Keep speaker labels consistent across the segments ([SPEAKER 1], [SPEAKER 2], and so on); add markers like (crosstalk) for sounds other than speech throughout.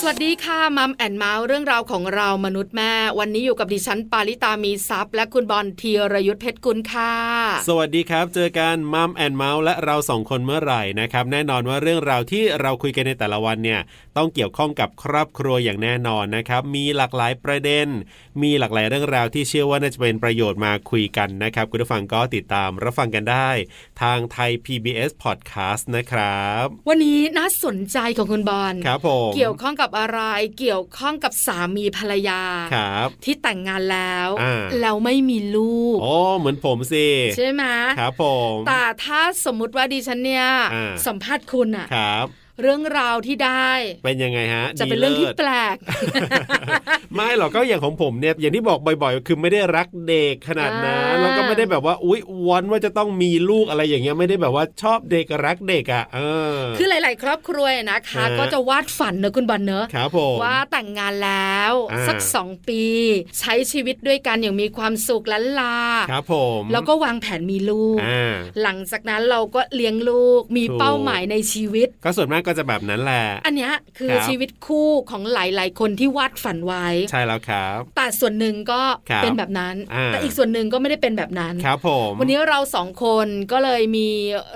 [SPEAKER 1] สวัสดีค่ะมัมแอนเมาส์เรื่องราวของเรามนุษย์แม่ วันนี้อยู่กับดิฉันปาริตามีซัพย์ และคุณบอลธีรยุทธเพชรกุลค่ะ
[SPEAKER 2] สวัสดีครับ เจอกันมัมแอนเมาส์และเราสองคนเมื่อไหร่นะครับ แน่นอนว่าเรื่องราวที่เราคุยกันในแต่ละวันเนี่ยต้องเกี่ยวข้องกับครอบครัวอย่างแน่นอนนะครับ มีหลากหลายประเด็น มีหลากหลายเรื่องราวที่เชื่อว่าน่าจะเป็นประโยชน์มาคุยกันนะครับ คุณผู้ฟังก็ติดตามรับฟังกันได้ ทางไทย PBS Podcast นะครับ
[SPEAKER 1] วันนี้น่าสนใจของคุณบอล
[SPEAKER 2] ครับผม
[SPEAKER 1] เกี่ยวข้องกับอะไรเกี่ยวข้องกับสามีภรรยา
[SPEAKER 2] ครับ
[SPEAKER 1] ที่แต่งงานแล้ว
[SPEAKER 2] อ่า
[SPEAKER 1] แล้วไม่มีลูก
[SPEAKER 2] โอ้เหมือนผมสิ
[SPEAKER 1] ใช่ไหม
[SPEAKER 2] ครับผม
[SPEAKER 1] แต่ถ้าสมมุติว่าดิฉันเนี่ย
[SPEAKER 2] อ่า
[SPEAKER 1] สัมภาษณ์คุณอะ
[SPEAKER 2] ครับ
[SPEAKER 1] เรื่องราวที่ได้
[SPEAKER 2] เป็นยังไงฮะ
[SPEAKER 1] จะเป็น
[SPEAKER 2] ดี
[SPEAKER 1] เรื่องที่
[SPEAKER 2] ลิศ
[SPEAKER 1] แปลก
[SPEAKER 2] ไม่หรอกก็อย่างของผมเนี่ยอย่างที่บอกบ่อยๆ คือไม่ได้รักเด็กขนาดนั้น
[SPEAKER 1] อ่า
[SPEAKER 2] แล้วก็ไม่ได้แบบว่าอุ๊ยวอนว่าจะต้องมีลูกอะไรอย่างเงี้ยไม่ได้แบบว่าชอบเด็กรักเด็กอ่ะเออ
[SPEAKER 1] คือหลาย ๆ ครอบครัวนะคะ
[SPEAKER 2] ฮะ
[SPEAKER 1] ก็จะวาดฝันเนอะคุณบอลเนอะ
[SPEAKER 2] ครับผม
[SPEAKER 1] ว่าแต่งงานแล้ว
[SPEAKER 2] อ่า
[SPEAKER 1] สักสองปี ใช้ชีวิตด้วยกันอย่างมีความสุขล้านลา
[SPEAKER 2] ครับผม
[SPEAKER 1] แล้วก็วางแผนมีลูก
[SPEAKER 2] อ่า
[SPEAKER 1] หลังจากนั้นเราก็เลี้ยงลูกมี
[SPEAKER 2] ถูก
[SPEAKER 1] เป้าหมายในชีวิต
[SPEAKER 2] ก็ส่วนมากก็จะแบบนั้นแหละ
[SPEAKER 1] อันเนี้ยคือ
[SPEAKER 2] ครับ
[SPEAKER 1] ชีวิตคู่ของหลาย ๆ คนที่วาดฝันไว้
[SPEAKER 2] ใช่แล้วครับ
[SPEAKER 1] แต่ส่วนหนึ่งก็
[SPEAKER 2] ครับ
[SPEAKER 1] เป็นแบบนั้น
[SPEAKER 2] อ่า
[SPEAKER 1] แต่อีกส่วนหนึ่งก็ไม่ได้เป็นแบบนั้น
[SPEAKER 2] ครับผม
[SPEAKER 1] วันนี้เราสองคนก็เลยมี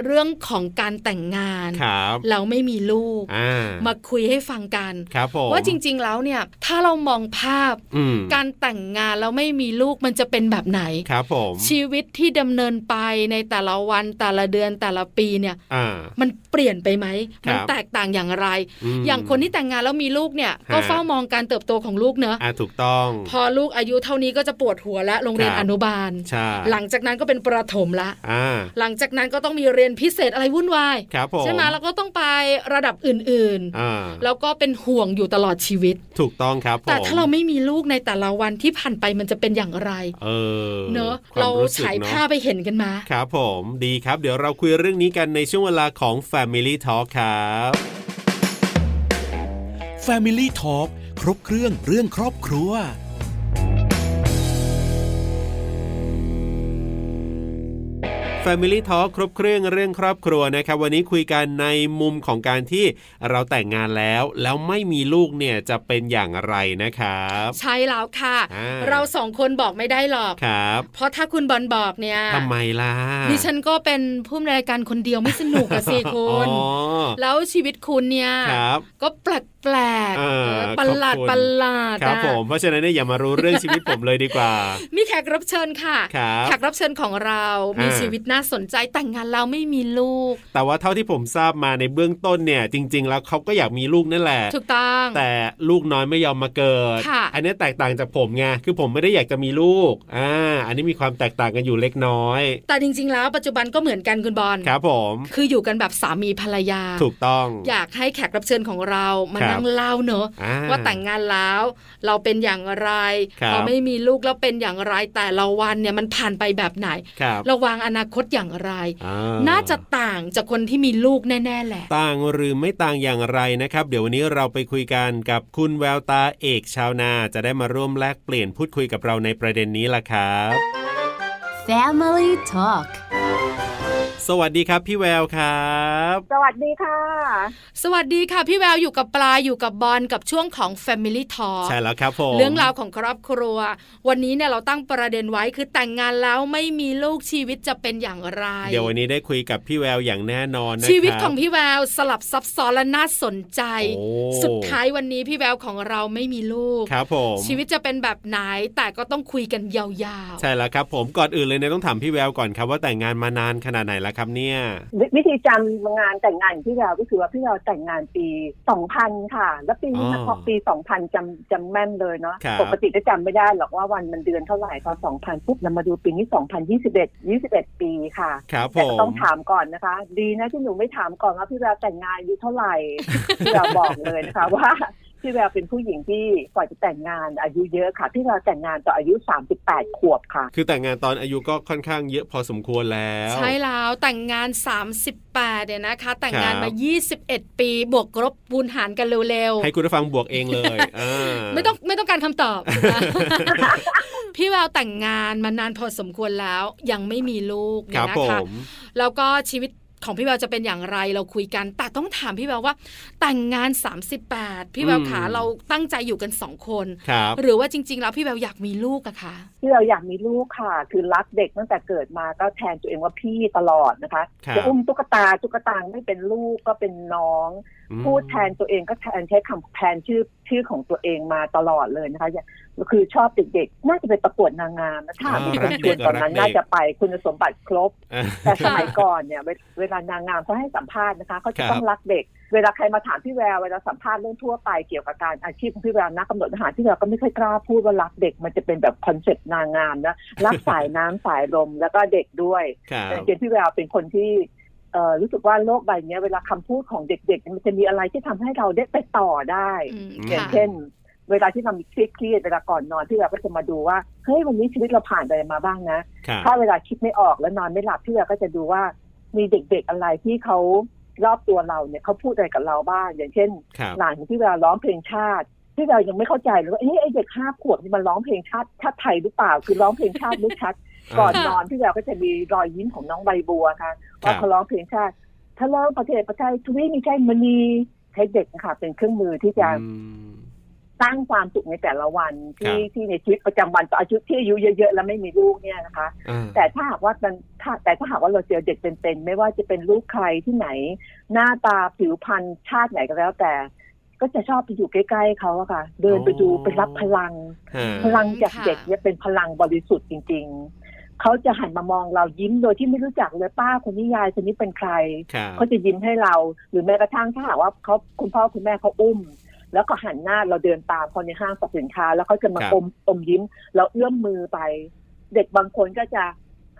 [SPEAKER 1] เรื่องของการแต่งงาน
[SPEAKER 2] ครับ
[SPEAKER 1] เราไม่มีลูก
[SPEAKER 2] อ่า
[SPEAKER 1] มาคุยให้ฟังกัน
[SPEAKER 2] ครับผม
[SPEAKER 1] ว่าจริง ๆ แล้วเนี่ยถ้าเรามองภาพ
[SPEAKER 2] อืม
[SPEAKER 1] การแต่งงานแล้วไม่มีลูกมันจะเป็นแบบไหน
[SPEAKER 2] ครับผม
[SPEAKER 1] ชีวิตที่ดำเนินไปในแต่ละวันแต่ละเดือนแต่ละปีเนี่ย
[SPEAKER 2] อ่า
[SPEAKER 1] มันเปลี่ยนไปไหม
[SPEAKER 2] ครับ
[SPEAKER 1] มัแตกต่างอย่างไร
[SPEAKER 2] ม
[SPEAKER 1] อย่างคนที่แต่งงานแล้วมีลูกเนี่ย
[SPEAKER 2] ฮะ
[SPEAKER 1] ก็เฝ้ามองการเติบโตของลูกเนอะ
[SPEAKER 2] อ่าถูกต้อง
[SPEAKER 1] พอลูกอายุเท่านี้ก็จะปวดหัวละโรงเรียน
[SPEAKER 2] ครับ
[SPEAKER 1] อนุบาล
[SPEAKER 2] ใช่
[SPEAKER 1] หลังจากนั้นก็เป็นประถมละ
[SPEAKER 2] อ่า
[SPEAKER 1] หลังจากนั้นก็ต้องมีเรียนพิเศษอะไรวุ่นวาย
[SPEAKER 2] ครับผม
[SPEAKER 1] ใช่ไหมแล้วก็ต้องไประดับอื่น
[SPEAKER 2] อ่า
[SPEAKER 1] ๆ แล้วก็เป็นห่วงอยู่ตลอดชีวิต
[SPEAKER 2] ถูกต้องครับผม
[SPEAKER 1] แต่ถ้าเราไม่มีลูกในแต่ละวันที่ผ่านไปมันจะเป็นอย่างไร
[SPEAKER 2] เออ
[SPEAKER 1] เนอะ
[SPEAKER 2] ควม
[SPEAKER 1] เรา
[SPEAKER 2] รู้สึก
[SPEAKER 1] ฉาย
[SPEAKER 2] เนอะ
[SPEAKER 1] ภาพไปเห็นกันมา
[SPEAKER 2] ครับผมดีครับ เดี๋ยวเราคุยเรื่องนี้กันในช่วงเวลาของ Family Talk ครับ
[SPEAKER 3] Family Talk ครบเครื่องเรื่องครอบครัว
[SPEAKER 2] Family Talk ครบเครื่องเรื่องครอบครัวนะครับ วันนี้คุยกันในมุมของการที่เราแต่งงานแล้ว แล้วไม่มีลูกเนี่ยจะเป็นอย่างไรนะครับ
[SPEAKER 1] ใช่แล้วค่ะ
[SPEAKER 2] อ่า
[SPEAKER 1] เราสองคนบอกไม่ได้หรอก
[SPEAKER 2] ครับ
[SPEAKER 1] เพราะถ้าคุณบอลบอกเนี่ย
[SPEAKER 2] ทำไมล่ะ
[SPEAKER 1] ดิฉันก็เป็นผู้ดำเนินรายการคนเดียวไม่สนุกอะสิคุ
[SPEAKER 2] อ๋อ
[SPEAKER 1] ณ แล้วชีวิตคุณเนี่ย
[SPEAKER 2] ครับ
[SPEAKER 1] ก็แปลกแปลกๆ
[SPEAKER 2] เออ
[SPEAKER 1] เออประหลาด
[SPEAKER 2] ขอบคุณ
[SPEAKER 1] ประหลาด
[SPEAKER 2] ครับ
[SPEAKER 1] อะ
[SPEAKER 2] ผมเพราะฉะนั้นเนี่ยอย่ามารู้เรื่องชีวิตผมเลยดีกว่า
[SPEAKER 1] มีแขกรับเชิญค่ะ
[SPEAKER 2] ครับ
[SPEAKER 1] แขกรับเชิญของเรา มี
[SPEAKER 2] อ่า
[SPEAKER 1] ชีวิตน่าสนใจแต่งงานเราไม่มีลูก
[SPEAKER 2] แต่ว่าเท่าที่ผมทราบมาในเบื้องต้นเนี่ย จริง ๆ แล้วเขาก็อยากมีลูกนั่นแหละ
[SPEAKER 1] ถูกต้อง
[SPEAKER 2] แต่ลูกน้อยไม่ยอมมาเกิด
[SPEAKER 1] ค่ะ
[SPEAKER 2] อันนี้แตกต่างจากผมไง คือผมไม่ได้อยากจะมีลูก อ่า อันนี้มีความแตกต่างกันอยู่เล็กน้อย
[SPEAKER 1] แต่จริง ๆ แล้วปัจจุบันก็เหมือนกันคุณบอล
[SPEAKER 2] ครับผม
[SPEAKER 1] คืออยู่กันแบบสามีภรรยา
[SPEAKER 2] ถูกต้อง
[SPEAKER 1] อยากให้แขกรับเชิญของเรามา
[SPEAKER 2] ครับ
[SPEAKER 1] นั่งเล่าเนอะ
[SPEAKER 2] อ่
[SPEAKER 1] ว่าแต่งงานแล้ว เราเป็นอย่างไร
[SPEAKER 2] ครับ
[SPEAKER 1] พอไม่มีลูกแล้วเป็นอย่างไรแต่ละวันเนี่ยมันผ่านไปแบบไหน
[SPEAKER 2] ครับ
[SPEAKER 1] เราวางอนาคตอย่างไร
[SPEAKER 2] อ่
[SPEAKER 1] น่าจะต่างจากคนที่มีลูกแน่ ๆ แหละ
[SPEAKER 2] ต่างหรือไม่ต่างอย่างไรนะครับ เดี๋ยววันนี้เราไปคุยกันกับคุณแววตาเอกชาวนา จะได้มาร่วมแลกเปลี่ยนพูดคุยกับเราในประเด็นนี้ล่ะครับ
[SPEAKER 4] Family Talk
[SPEAKER 2] สวัสดีครับพี่แววครับ
[SPEAKER 5] สวัสดีค่ะ
[SPEAKER 1] สวัสดีค่ะ พี่แววอยู่กับปลาอยู่กับบอลกับช่วงของ Family Talk
[SPEAKER 2] ใช่แล้วครับผม
[SPEAKER 1] เรื่องราวของครอบครัว วันนี้เนี่ยเราตั้งประเด็นไว้คือแต่งงานแล้วไม่มีลูกชีวิตจะเป็นอย่างไร
[SPEAKER 2] เดี๋ยววันนี้ได้คุยกับพี่แววอย่างแน่นอนนะครับ
[SPEAKER 1] ชีวิตของพี่แววสลับซับซ้อนและน่าสนใจ
[SPEAKER 2] โอ้
[SPEAKER 1] สุดท้ายวันนี้พี่แววของเราไม่มีลูก
[SPEAKER 2] ครับผม
[SPEAKER 1] ชีวิตจะเป็นแบบไหนแต่ก็ต้องคุยกันยาว
[SPEAKER 2] ใช่แล้วครับผมก่อนอื่นเลยเนี่ยต้องถามพี่แววก่อนครับว่าแต่งงานมานานขนาดไหนแล้วครับเนี่ย
[SPEAKER 5] วิวิธีจำงานแต่งงานของพี่เราก็คือว่าพี่เราแต่งงานปี 2000 ค่ะ แล้วปีนี้นะ
[SPEAKER 2] อ๋อ
[SPEAKER 5] พอปี 2000จำจำแม่นเลยเนาะ
[SPEAKER 2] ครับ
[SPEAKER 5] ปกติก็จำไม่ได้หรอกว่าวันมันเดือนเท่าไหร่พอ 2000 ปุ๊บเรามาดูปีนี้ 2021 21 ปีค่ะ
[SPEAKER 2] ครับผ
[SPEAKER 5] แต่ก็
[SPEAKER 2] ม
[SPEAKER 5] ต้องถามก่อนนะคะ ดีนะที่หนูไม่ถามก่อนว่าพี่เราแต่งงานอายุเท่าไหร่ พี่เราบอกเลยนะคะว่า พี่แววเป็นผู้หญิงที่ก่อนจะแต่งงานอายุเยอะค่ะ พี่แววแต่งงานตอนอายุ 38 ขวบค่ะ
[SPEAKER 2] คือแต่งงานตอนอายุก็ค่อนข้างเยอะพอสมควรแล้ว
[SPEAKER 1] ใช่แล้วแต่งงาน 38เนี่ยนะคะ แต่งงาน
[SPEAKER 2] ครับ
[SPEAKER 1] มา 21 ปี บวกลบบูนหารกันเร็ว
[SPEAKER 2] ให้คุณผู้ฟังบวกเอง
[SPEAKER 1] (laughs)
[SPEAKER 2] เลยเออ
[SPEAKER 1] ๆ ไม่ต้องไม่ต้องการคำตอบ (laughs) พี่แววแต่งงานมานานพอสมควรแล้ว ยังไม่มีลูก
[SPEAKER 2] ค
[SPEAKER 1] เนี่
[SPEAKER 2] รั
[SPEAKER 1] ย
[SPEAKER 2] บ
[SPEAKER 1] นะ
[SPEAKER 2] ผ
[SPEAKER 1] คะ
[SPEAKER 2] ม
[SPEAKER 1] แล้วก็ชีวิตของพี่แววจะเป็นอย่างไรเราคุยกัน แต่ต้องถามพี่แววว่า แต่งงาน 38 พี่แวว
[SPEAKER 2] อืม
[SPEAKER 1] ขาเราตั้งใจอยู่กันสองคน
[SPEAKER 2] ครับ
[SPEAKER 1] หรือว่าจริง ๆ แล้วพี่แววอยากมีลูกอะคะ
[SPEAKER 5] ที่เราอยากมีลูกค่ะ คือรักเด็กตั้งแต่เกิดมาก็แทนตัวเองว่าพี่ตลอดนะคะ
[SPEAKER 2] ครับ
[SPEAKER 5] จะอุ้มตุ๊กตาตุ๊กตาไม่เป็นลูกก็เป็นน้อง
[SPEAKER 2] อืม
[SPEAKER 5] พูดแทนตัวเองก็แทนใช้คำแทนชื่อชื่อของตัวเองมาตลอดเลยนะคะอย่างคือชอบเด็กๆน่าจะไปประกวดนางงามนะถ้าไม่เป็นคนตอนนั้นน่าจะไปคุณสมบัติครบ
[SPEAKER 2] เออ
[SPEAKER 5] แต่สมัยก่อนเนี่ยเวเวลานางงามเขาให้สัมภาษณ์นะคะเขา
[SPEAKER 2] ค
[SPEAKER 5] จะ
[SPEAKER 2] รับ
[SPEAKER 5] ต้องรักเด็ก เวลาใครมาถามพี่แววเวลาสัมภาษณ์เรื่องทั่วไปเกี่ยวกับการอาชีพของพี่แววนักกำหนดอาหารพี่แววก็ไม่ค่อยกล้าพูดว่ารักเด็กมันจะเป็นแบบคอนเซ็ปต์นางงาม
[SPEAKER 2] (laughs)
[SPEAKER 5] นะรักสายน้ำสายลมแล้วก็เด็กด้วย
[SPEAKER 2] ครับ
[SPEAKER 5] แต่จริงๆพี่แววเป็นคนที่เอ่อรู้สึกว่าโลกใบเนี้ยเวลาคำพูดของเด็กๆ มันจะมีอะไรที่ทำให้เราได้ไปต่อได้
[SPEAKER 1] อืม
[SPEAKER 5] อย่าง
[SPEAKER 1] ค่ะ
[SPEAKER 5] เช่น เวลาที่เรามีเครียดๆเวลาก่อนนอนพี่แววก็จะมาดูว่าเฮ้ยวันนี้ชีวิตเราผ่านอะไรมาบ้างนะ
[SPEAKER 2] ครับ
[SPEAKER 5] ถ้าเวลาคิดไม่ออกแล้วนอนไม่หลับพี่เวลาก็จะดูว่ามีเด็กๆอะไรที่เขารอบตัวเราเนี่ยเขาพูดอะไรกับเราบ้างอย่างเช่น
[SPEAKER 2] ครับ
[SPEAKER 5] หลานของพี่เวลาร้องเพลงชาติพี่เรายังไม่เข้าใจเลยว่าเอ๊ะไอเด็กห้าขวบนี่มันร้องเพลงชาติชาติไทยหรือเปล่าคือร้องเพลงชาติไม่ชัด ก่อน
[SPEAKER 2] เ
[SPEAKER 5] นอนพี่แววก็จะมีรอยยิ้มของน้องใบบัวค่ะ
[SPEAKER 2] ครั
[SPEAKER 5] ว่า
[SPEAKER 2] บ
[SPEAKER 5] เขาร้องเพลงชาติถ้าเล่าประเทศประเทศทวีมีใช่มณีใช้เด็กนะคะเป็นเครื่องมือที่จะ
[SPEAKER 2] อืม
[SPEAKER 5] สร้างความสุขในแต่ละวัน
[SPEAKER 2] ค
[SPEAKER 5] ที่
[SPEAKER 2] รับ
[SPEAKER 5] ที่ในชีวิตประจำวันต่ออายุที่อายุเยอะๆแล้วไม่มีลูกเนี่ยนะคะ
[SPEAKER 2] อ่า
[SPEAKER 5] แต่ถ้าหากว่ามันถ้าแต่ถ้าหากว่าเราเจอเด็กเป็นๆไม่ว่าจะเป็นลูกใครที่ไหน หน้าตาผิวพรรณชาติไหนก็แล้วแต่ ก็จะชอบไปอยู่ใกล้ๆเขาอะค่ะ เดินไปดู
[SPEAKER 2] อ๋อ
[SPEAKER 5] ไปรับพลัง
[SPEAKER 2] ฮะ
[SPEAKER 5] พลังจาก
[SPEAKER 1] ค่ะ
[SPEAKER 5] เด็กเนี่ยเป็นพลังบริสุทธิ์จริง ๆ เขาจะหันมามองเรายิ้มโดยที่ไม่รู้จักเลยป้าคนนี้ยายคนนี้เป็นใคร
[SPEAKER 2] ครับ
[SPEAKER 5] เขาจะยิ้มให้เรา หรือแม้กระทั่งถ้าหากว่าเขาคุณพ่อคุณแม่เขาอุ้ม แล้วก็หันหน้าเราเดินตามเขาในห้างสรรพสินค้า แล้วเขาจะมาอมอมยิ้มแล้วเอื้อมมือไป เด็กบางคนก็จะ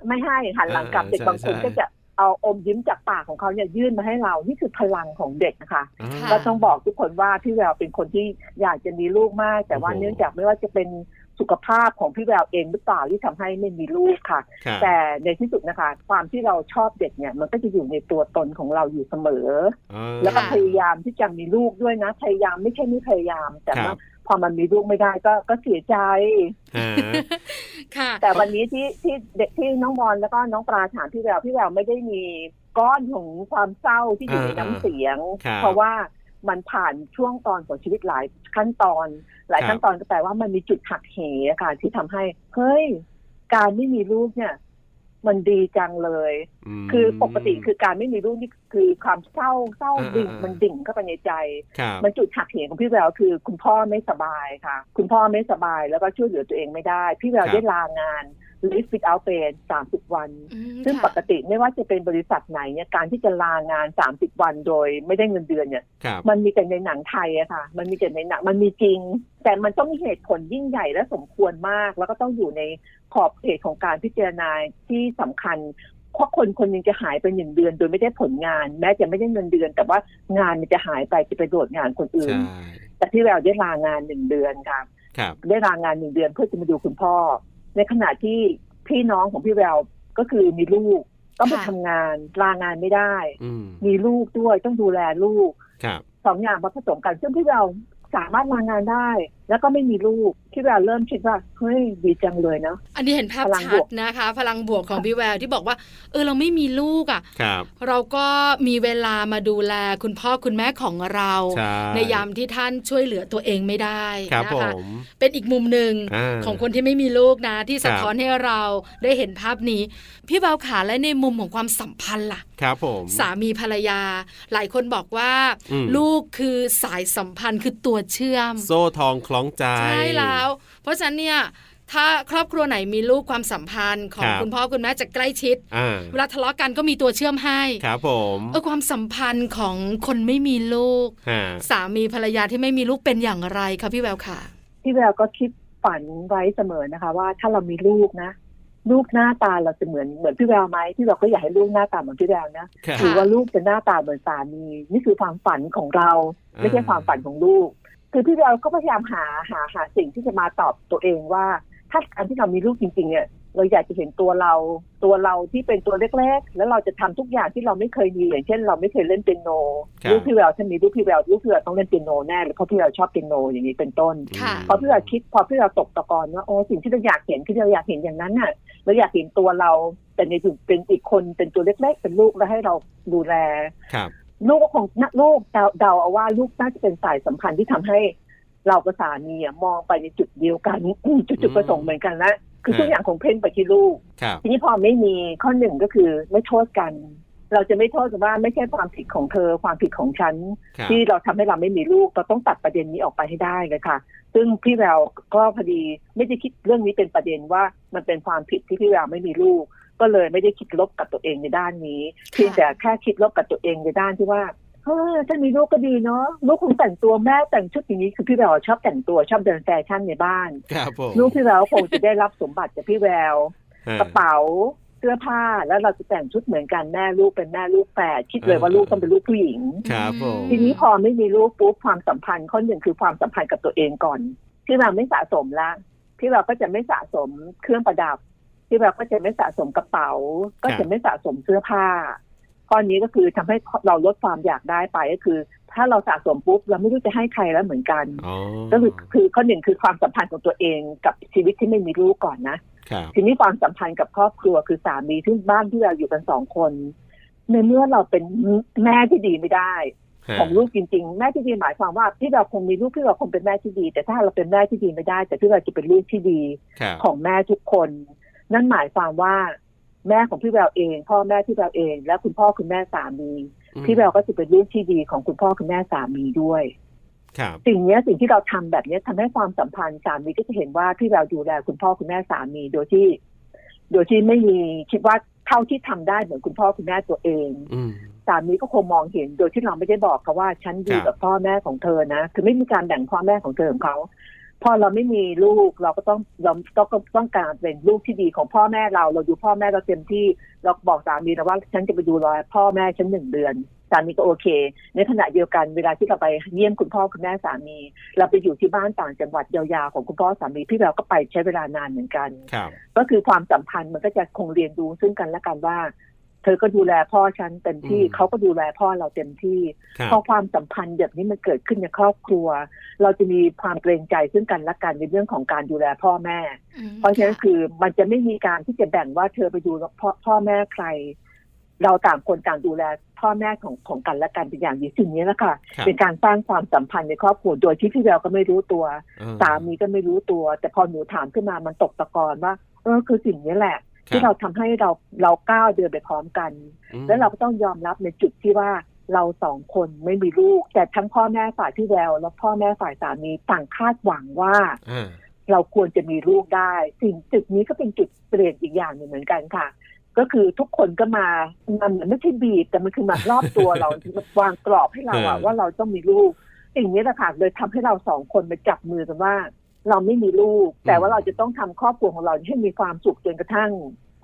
[SPEAKER 5] ไม่ให้หันหลังกลับ
[SPEAKER 2] อ่า
[SPEAKER 5] เด็กบางคน
[SPEAKER 2] ใช่
[SPEAKER 5] ก็จะเอาอมยิ้มจากปากของเขาเนี่ยยื่นมาให้เรานี่คือพลังของเด็กนะคะ
[SPEAKER 2] อ่า
[SPEAKER 1] ค่ะ
[SPEAKER 5] ก็ต้องบอกทุกคนว่าพี่แววเป็นคนที่อยากจะมีลูกมาก แต่ว่า
[SPEAKER 2] โอ้โห
[SPEAKER 5] เนื่องจากไม่ว่าจะเป็นสุขภาพของพี่แววเองหรือเปล่าที่ทำให้ไม่มีลูกค่ะ
[SPEAKER 2] ครับ
[SPEAKER 5] แต่ในที่สุดนะคะ ความที่เราชอบเด็กเนี่ยมันก็จะอยู่ในตัวตนของเราอยู่เสมอ
[SPEAKER 2] อ่า
[SPEAKER 5] แล้วก็
[SPEAKER 1] ค่ะ
[SPEAKER 5] พยายามที่จะมีลูกด้วยนะ พยายามไม่ใช่ไม่พยายาม แต่
[SPEAKER 2] ครั
[SPEAKER 5] ว่า
[SPEAKER 2] บ
[SPEAKER 5] พอมันมีลูกไม่ได้ก็ก็เสียใจ
[SPEAKER 2] ฮะ
[SPEAKER 1] ค่ะ
[SPEAKER 5] แต่วันนี้ที่ที่เด็กที่น้องบอลแล้วก็น้องปลาถามพี่แววพี่แววไม่ได้มีก้อนของความเศร้าที่อยู่ใน
[SPEAKER 2] อ่า
[SPEAKER 5] น้ำเสียง
[SPEAKER 2] ครับ
[SPEAKER 5] เพราะว่ามันผ่านช่วงตอนของชีวิตหลายขั้นตอน หลาย
[SPEAKER 2] ครับ
[SPEAKER 5] ขั้นตอนก็แปลว่ามันมีจุดหักเหอะค่ะที่ทำให้เฮ้ยการไม่มีลูกเนี่ย มันดีจังเลย
[SPEAKER 2] ม
[SPEAKER 5] คือปกติคือการไม่มีลูกนี่คือความเศร้าเศร้า
[SPEAKER 2] อ่า
[SPEAKER 5] ดิ่ง
[SPEAKER 2] อ่ามั
[SPEAKER 5] มันดิ่งเข้าไปในใจ
[SPEAKER 2] ครับ
[SPEAKER 5] มันจุดหักเหของพี่แววคือคุณพ่อไม่สบายค่ะ คุณพ่อไม่สบายแล้วก็ช่วยเหลือตัวเองไม่ได้ พี่แว
[SPEAKER 2] ค
[SPEAKER 5] ว
[SPEAKER 2] รับ
[SPEAKER 5] ได้ลางาน live without pay 30 วัน
[SPEAKER 1] อืม
[SPEAKER 5] ซึ่ง
[SPEAKER 1] ค่ะ
[SPEAKER 5] ปกติไม่ว่าจะเป็นบริษัทไหนเนี่ยการที่จะลางาน 30 วันโดยไม่ได้เงินเดือนเนี่ย
[SPEAKER 2] ครับ
[SPEAKER 5] มันมีแต่ในหนังไทยอะค่ะ มันมีแต่ในหนัง มันมีจริง แต่มันต้องมีเหตุผลยิ่งใหญ่และสมควรมาก แล้วก็ต้องอยู่ในขอบเขตของการพิจารณาที่สำคัญเพราะคนคนหนึ่งจะหายไปหนึ่งเดือน โดยไม่ได้ผลงาน แม้จะไม่ได้เงินเดือน แต่ว่างานมันจะหายไปจะไปโดดงานคนอื่น
[SPEAKER 2] ใช่
[SPEAKER 5] แต่ที่แววได้ลางานหนึ่งเดือนค่ะ
[SPEAKER 2] ครับ
[SPEAKER 5] ได้ลางานหนึ่งเดือนเพื่อจะมาดูคุณพ่อ ในขณะที่พี่น้องของพี่แววก็คือมีลูกต้องไป
[SPEAKER 1] ค่ะ
[SPEAKER 5] ทำงานลางานไม่ได้
[SPEAKER 2] อืม
[SPEAKER 5] มีลูกด้วยต้องดูแลลูก
[SPEAKER 2] ครับ
[SPEAKER 5] สองอย่างมาผสมกันซึ่งพี่เราสามารถมางานได้ แล้วก็ไม่มีลูกที่เราเริ่มคิดว่าเฮ้ยดีจังเลยเนาะ
[SPEAKER 1] อันนี้เห็นภาพ
[SPEAKER 5] พลัง
[SPEAKER 1] ชั
[SPEAKER 5] บ
[SPEAKER 1] ด
[SPEAKER 5] วก
[SPEAKER 1] นะคะ พลังบวกของพี่แววที่บอกว่า เออเราไม่มีลูกอ่ะ
[SPEAKER 2] ครับ
[SPEAKER 1] เราก็มีเวลามาดูแลคุณพ่อคุณแม่ของเรา
[SPEAKER 2] ใช่
[SPEAKER 1] ในยามที่ท่านช่วยเหลือตัวเองไม่ได้
[SPEAKER 2] ครับ
[SPEAKER 1] นะ
[SPEAKER 2] ผ
[SPEAKER 1] คะ
[SPEAKER 2] ม
[SPEAKER 1] เป็นอีกมุมหนึ่ง
[SPEAKER 2] อ่า
[SPEAKER 1] ของคนที่ไม่มีลูกนะ ที่สะ
[SPEAKER 2] ครับ
[SPEAKER 1] ท้อนให้เราได้เห็นภาพนี้ พี่แววขาและในมุมของความสัมพันธ์ล่ะ
[SPEAKER 2] ครับผม
[SPEAKER 1] สามีภรรยา หลายคนบอกว่า
[SPEAKER 2] อืม
[SPEAKER 1] ลูกคือสายสัมพันธ์คือตัวเชื่อม
[SPEAKER 2] โซ่ทองคล้องใจ
[SPEAKER 1] ใช่แล้ว เพราะฉะนั้นเนี่ยถ้าครอบครัวไหนมีลูกความสัมพันธ์ของ
[SPEAKER 2] ครับ
[SPEAKER 1] คุณพ่อคุณแม่จะใกล้ชิด
[SPEAKER 2] อ่า
[SPEAKER 1] เวลาทะเลาะกันก็มีตัวเชื่อมให้
[SPEAKER 2] ครับผม
[SPEAKER 1] เออความสัมพันธ์ของคนไม่มีลูก
[SPEAKER 2] ฮะ
[SPEAKER 1] สามีภรรยาที่ไม่มีลูกเป็นอย่างไรคะพี่แววค่ะ
[SPEAKER 5] ที่เราก็คิดฝันไว้เสมอนะคะ ว่าถ้าเรามีลูกนะ ลูกหน้าตาเราจะเหมือนเหมือนพี่แววไหมที่เราก็อยากให้ลูกหน้าตาเหมือนพี่แววนะ
[SPEAKER 2] ค่ะ
[SPEAKER 5] หรือว่าลูกจะหน้าตาเหมือนสามีนี่คือความฝันของเรา ไม่ใช่ความฝันของลูก คือพี่เราก็พยายามหาหาหาสิ่งที่จะมาตอบตัวเองว่า ถ้าการที่เรามีลูกจริง ๆ เนี่ย เราอยากจะเห็นตัวเรา ตัวเราที่เป็นตัวเล็กๆ แล้วเราจะทำทุกอย่างที่เราไม่เคยมีอย่างเช่น เราไม่เคยเล่นเปียโน
[SPEAKER 2] ครับ
[SPEAKER 5] ลูกพี่แววถ้ามีลูกพี่แววลูกพี่แววต้องเล่นเปียโนแน่เลยเพราะพี่แววชอบเปียโนอย่างนี้เป็นต้น
[SPEAKER 1] ค่ะ
[SPEAKER 5] พอพี่เราคิดพอพี่เราตกตะกอนว่าโอ้สิ่งที่เราอยากเห็นที่เราอยากเห็นอย่างนั้นน่ะเราอยากเห็นตัวเรา แต่ในถึงเป็นอีกคนเป็นตัวเล็กๆเป็นลูกแล้วให้เราดูแล
[SPEAKER 2] ครับ
[SPEAKER 5] ลูกก็คงนะลูกเดาเดาเอาว่าลูกน่าจะเป็นสายสำคัญที่ทำให้เรากับสามีอะมองไปในจุดเดียวกัน (coughs) อืมจุดจุดประสงค์เหมือนกันละคือทุกอย่างคงเพ่งไปที่ลูก
[SPEAKER 2] ครับ
[SPEAKER 5] ทีนี้พอไม่มีข้อหนึ่งก็คือไม่โทษกัน เราจะไม่โทษกันว่าไม่ใช่ความผิดของเธอความผิดของฉัน
[SPEAKER 2] ครับ
[SPEAKER 5] ที่เราทำให้เราไม่มีลูกเราต้องตัดประเด็นนี้ออกไปให้ได้เลยค่ะ ซึ่งพี่แววก็พอดีไม่ได้คิดเรื่องนี้เป็นประเด็นว่ามันเป็นความผิดที่พี่แววไม่มีลูก ก็เลยไม่ได้คิดลบกับตัวเองในด้านนี้เพียงแต่แค่คิดลบกับตัวเองในด้านที่ว่าเออถ้ามีลูกก็ดีเนาะลูกคงแต่งตัวแม่แต่งชุดอย่างนี้คือพี่แววชอบแต่งตัวชอบเดินแฟชั่นในบ้าน
[SPEAKER 2] ครับผม
[SPEAKER 5] ลูกพี่แววคงจะได้รับสมบัติจากพี่แวว
[SPEAKER 2] ฮ
[SPEAKER 5] กระเป๋าเสื้อผ้าแล้วเราจะแต่งชุดเหมือนกันแม่ลูกเป็นแม่ลูกแฝดคิดเลยว่าลูกต้องเป็นลูกผู้หญิง
[SPEAKER 2] ครับผม
[SPEAKER 5] ทีนี้พอไม่มีลูกปุ๊บความสัมพันธ์ข้อหนึ่งคือความสัมพันธ์กับตัวเองก่อนที่เราไม่สะสมละที่เราก็จะไม่สะสมเครื่องประดับ ที่เราก็จะไม่สะสมกระเป๋า ก็จะไม่สะสมเสื้อผ้า ข้อนี้ก็คือทำให้เราลดความอยากได้ไปก็คือ ถ้าเราสะสมปุ๊บเราไม่รู้จะให้ใครแล้วเหมือนกัน
[SPEAKER 2] อ๋อ
[SPEAKER 5] ก็คือคือข้อหนึ่งคือความสัมพันธ์ของตัวเองกับชีวิตที่ไม่มีลูกก่อนนะ
[SPEAKER 2] ครับ
[SPEAKER 5] ทีนี้ความสัมพันธ์กับครอบครัวคือสามีที่บ้านที่เราอยู่กันสองคน ในเมื่อเราเป็นแม่ที่ดีไม่ได้ ของลูกจริงๆ แม่ที่ดีหมายความว่าที่เราคงมีลูกที่เราคงเป็นแม่ที่ดี แต่ถ้าเราเป็นแม่ที่ดีไม่ได้ แต่ที่เราจะเป็นลูกที่ดี
[SPEAKER 2] ครับ
[SPEAKER 5] ของแม่ทุกคน นั่นหมายความว่าแม่ของพี่แววเอง พ่อแม่ที่แววเอง และคุณพ่อคุณแม่สามีพี่แววก็จะเป็นลูกที่ดีของคุณพ่อคุณแม่สามีด้วย
[SPEAKER 2] ครับ
[SPEAKER 5] สิ่งเนี้ยสิ่งที่เราทำแบบเนี้ยทำให้ความสัมพันธ์สามีก็จะเห็นว่าพี่แววดูแลคุณพ่อคุณแม่สามีโดยที่ โดยที่ไม่มีคิดว่าเท่าที่ทำได้เหมือนคุณพ่อคุณแม่ตัวเอง
[SPEAKER 2] อืม
[SPEAKER 5] สามีก็คงมองเห็นโดยที่เราไม่ได้บอกเขาว่าฉันดี
[SPEAKER 2] ครั
[SPEAKER 5] กับบ พ่อแม่ของเธอนะคือไม่มีการแบ่งพ่อแม่ของเธอของเขาพอเราไม่มีลูกเราก็ต้องเราต้องต้องการเป็นลูกที่ดีของพ่อแม่เราเราดูพ่อแม่เราเต็มที่เราบอกสามีเราว่าฉันจะไปดูแลพ่อแม่ฉันหนึ่งเดือนสามีก็โอเค ในขณะเดียวกันเวลาที่เราไปเยี่ยมคุณพ่อคุณแม่สามี เราไปอยู่ที่บ้านต่างจังหวัดยาวๆของคุณพ่อสามีพี่เราก็ไปใช้เวลานานเหมือนกัน
[SPEAKER 2] ครับ
[SPEAKER 5] ก็คือความสัมพันธ์มันก็จะคงเรียนรู้ซึ่งกันและกันว่า เธอก็ดูแลพ่อฉันเต็มที่
[SPEAKER 2] อืม
[SPEAKER 5] เขาก็ดูแลพ่อเราเต็มที่
[SPEAKER 2] ครับ
[SPEAKER 5] พอความสัมพันธ์แบบนี้มันเกิดขึ้นในครอบครัว เราจะมีความเกรงใจซึ่งกันและกันในเรื่องของการดูแลพ่อแม่
[SPEAKER 1] อืม
[SPEAKER 5] เพราะฉะนั้นคือมันจะไม่มีการที่จะแบ่งว่าเธอไปดูแลพ่อพ่อแม่ใคร เราต่างคนต่างดูแลพ่อแม่ของของกันและกันเป็นอย่างดีสิ่งนี้แหละค่ะ
[SPEAKER 2] ครับ
[SPEAKER 5] เป็นการสร้างความสัมพันธ์ในครอบครัวโดยที่พี่แววก็ไม่รู้ตัว
[SPEAKER 2] เออ
[SPEAKER 5] สามีก็ไม่รู้ตัว แต่พอหนูถามขึ้นมามันตกตะกอนว่า เออคือสิ่งนี้แหละ
[SPEAKER 2] คบ
[SPEAKER 5] ที่เราทำให้เราเราก้าวเดินไปพร้อมกัน
[SPEAKER 2] อืม
[SPEAKER 5] แล้วเราก็ต้องยอมรับในจุดที่ว่าเราสองคนไม่มีลูก แต่ทั้งพ่อแม่ฝ่ายพี่แววและพ่อแม่ฝ่ายสามีต่างคาดหวังว่า
[SPEAKER 2] อ่า
[SPEAKER 5] เราควรจะมีลูกได้ สิ่งจุดนี้ก็เป็นจุดเปลี่ยนอีกอย่างหนึ่งเหมือนกันค่ะ ก็คือทุกคนก็มามันเหมือนไม่ใช่บีบแต่มันคือมารอบตัวเรา วางกรอบให้เราอะว่าเราต้องมีลูกสิ่งนี้แหละค่ะเลยทำให้เราสองคนมาจับมือกันว่า เราไม่มีลูก แต่ว่าเราจะต้องทำครอบครัวของเราให้มีความสุขจนกระทั่ง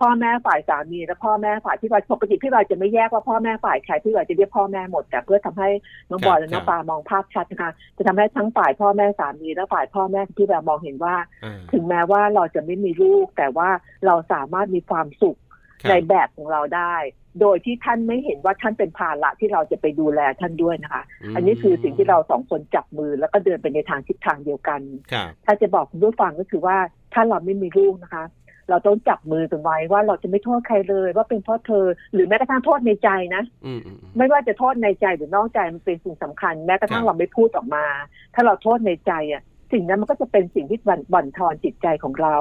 [SPEAKER 5] พ่อแม่ฝ่ายสามีและพ่อแม่ฝ่ายพี่บอยปกติพี่บอยจะไม่แยกว่าพ่อแม่ฝ่ายใครพี่บอยจะเรียกพ่อแม่หมดแต่เพื่อทำให้น้องบอยและน้องปามองภาพชัดนะคะ จะทำให้ทั้งฝ่ายพ่อแม่สามีและฝ่ายพ่อแม่พี่บอยมองเห็นว่า
[SPEAKER 2] อ่า
[SPEAKER 5] ถึงแม้ว่าเราจะไม่มีลูก แต่ว่าเราสามารถมีความสุข
[SPEAKER 2] ครับ
[SPEAKER 5] ในแบบของเราได้ โดยที่ท่านไม่เห็นว่าท่านเป็นภาระที่เราจะไปดูแลท่านด้วยนะคะ อันนี้คือสิ่งที่เราสองคนจับมือแล้วก็เดินไปในทางทิศทางเดียวกัน
[SPEAKER 2] ครับ
[SPEAKER 5] ถ้าจะบอกคุณผู้ฟังก็คือว่าถ้าเราไม่มีลูกนะคะ เราต้องจับมือกันไว้ว่าเราจะไม่โทษใครเลย ว่าเป็นเพราะเธอ หรือแม้กระทั่งโทษในใจนะ
[SPEAKER 2] อืมอืมอืม
[SPEAKER 5] ไม่ว่าจะโทษในใจหรือนอกใจมันเป็นสิ่งสำคัญ แม้กระทั่
[SPEAKER 2] ครั
[SPEAKER 5] ง
[SPEAKER 2] บ
[SPEAKER 5] เราไม่พูดออกมา ถ้าเราโทษในใจอ่ะ สิ่งนั้นมันก็จะเป็นสิ่งที่บั่นบั่นทอนจิตใจของเรา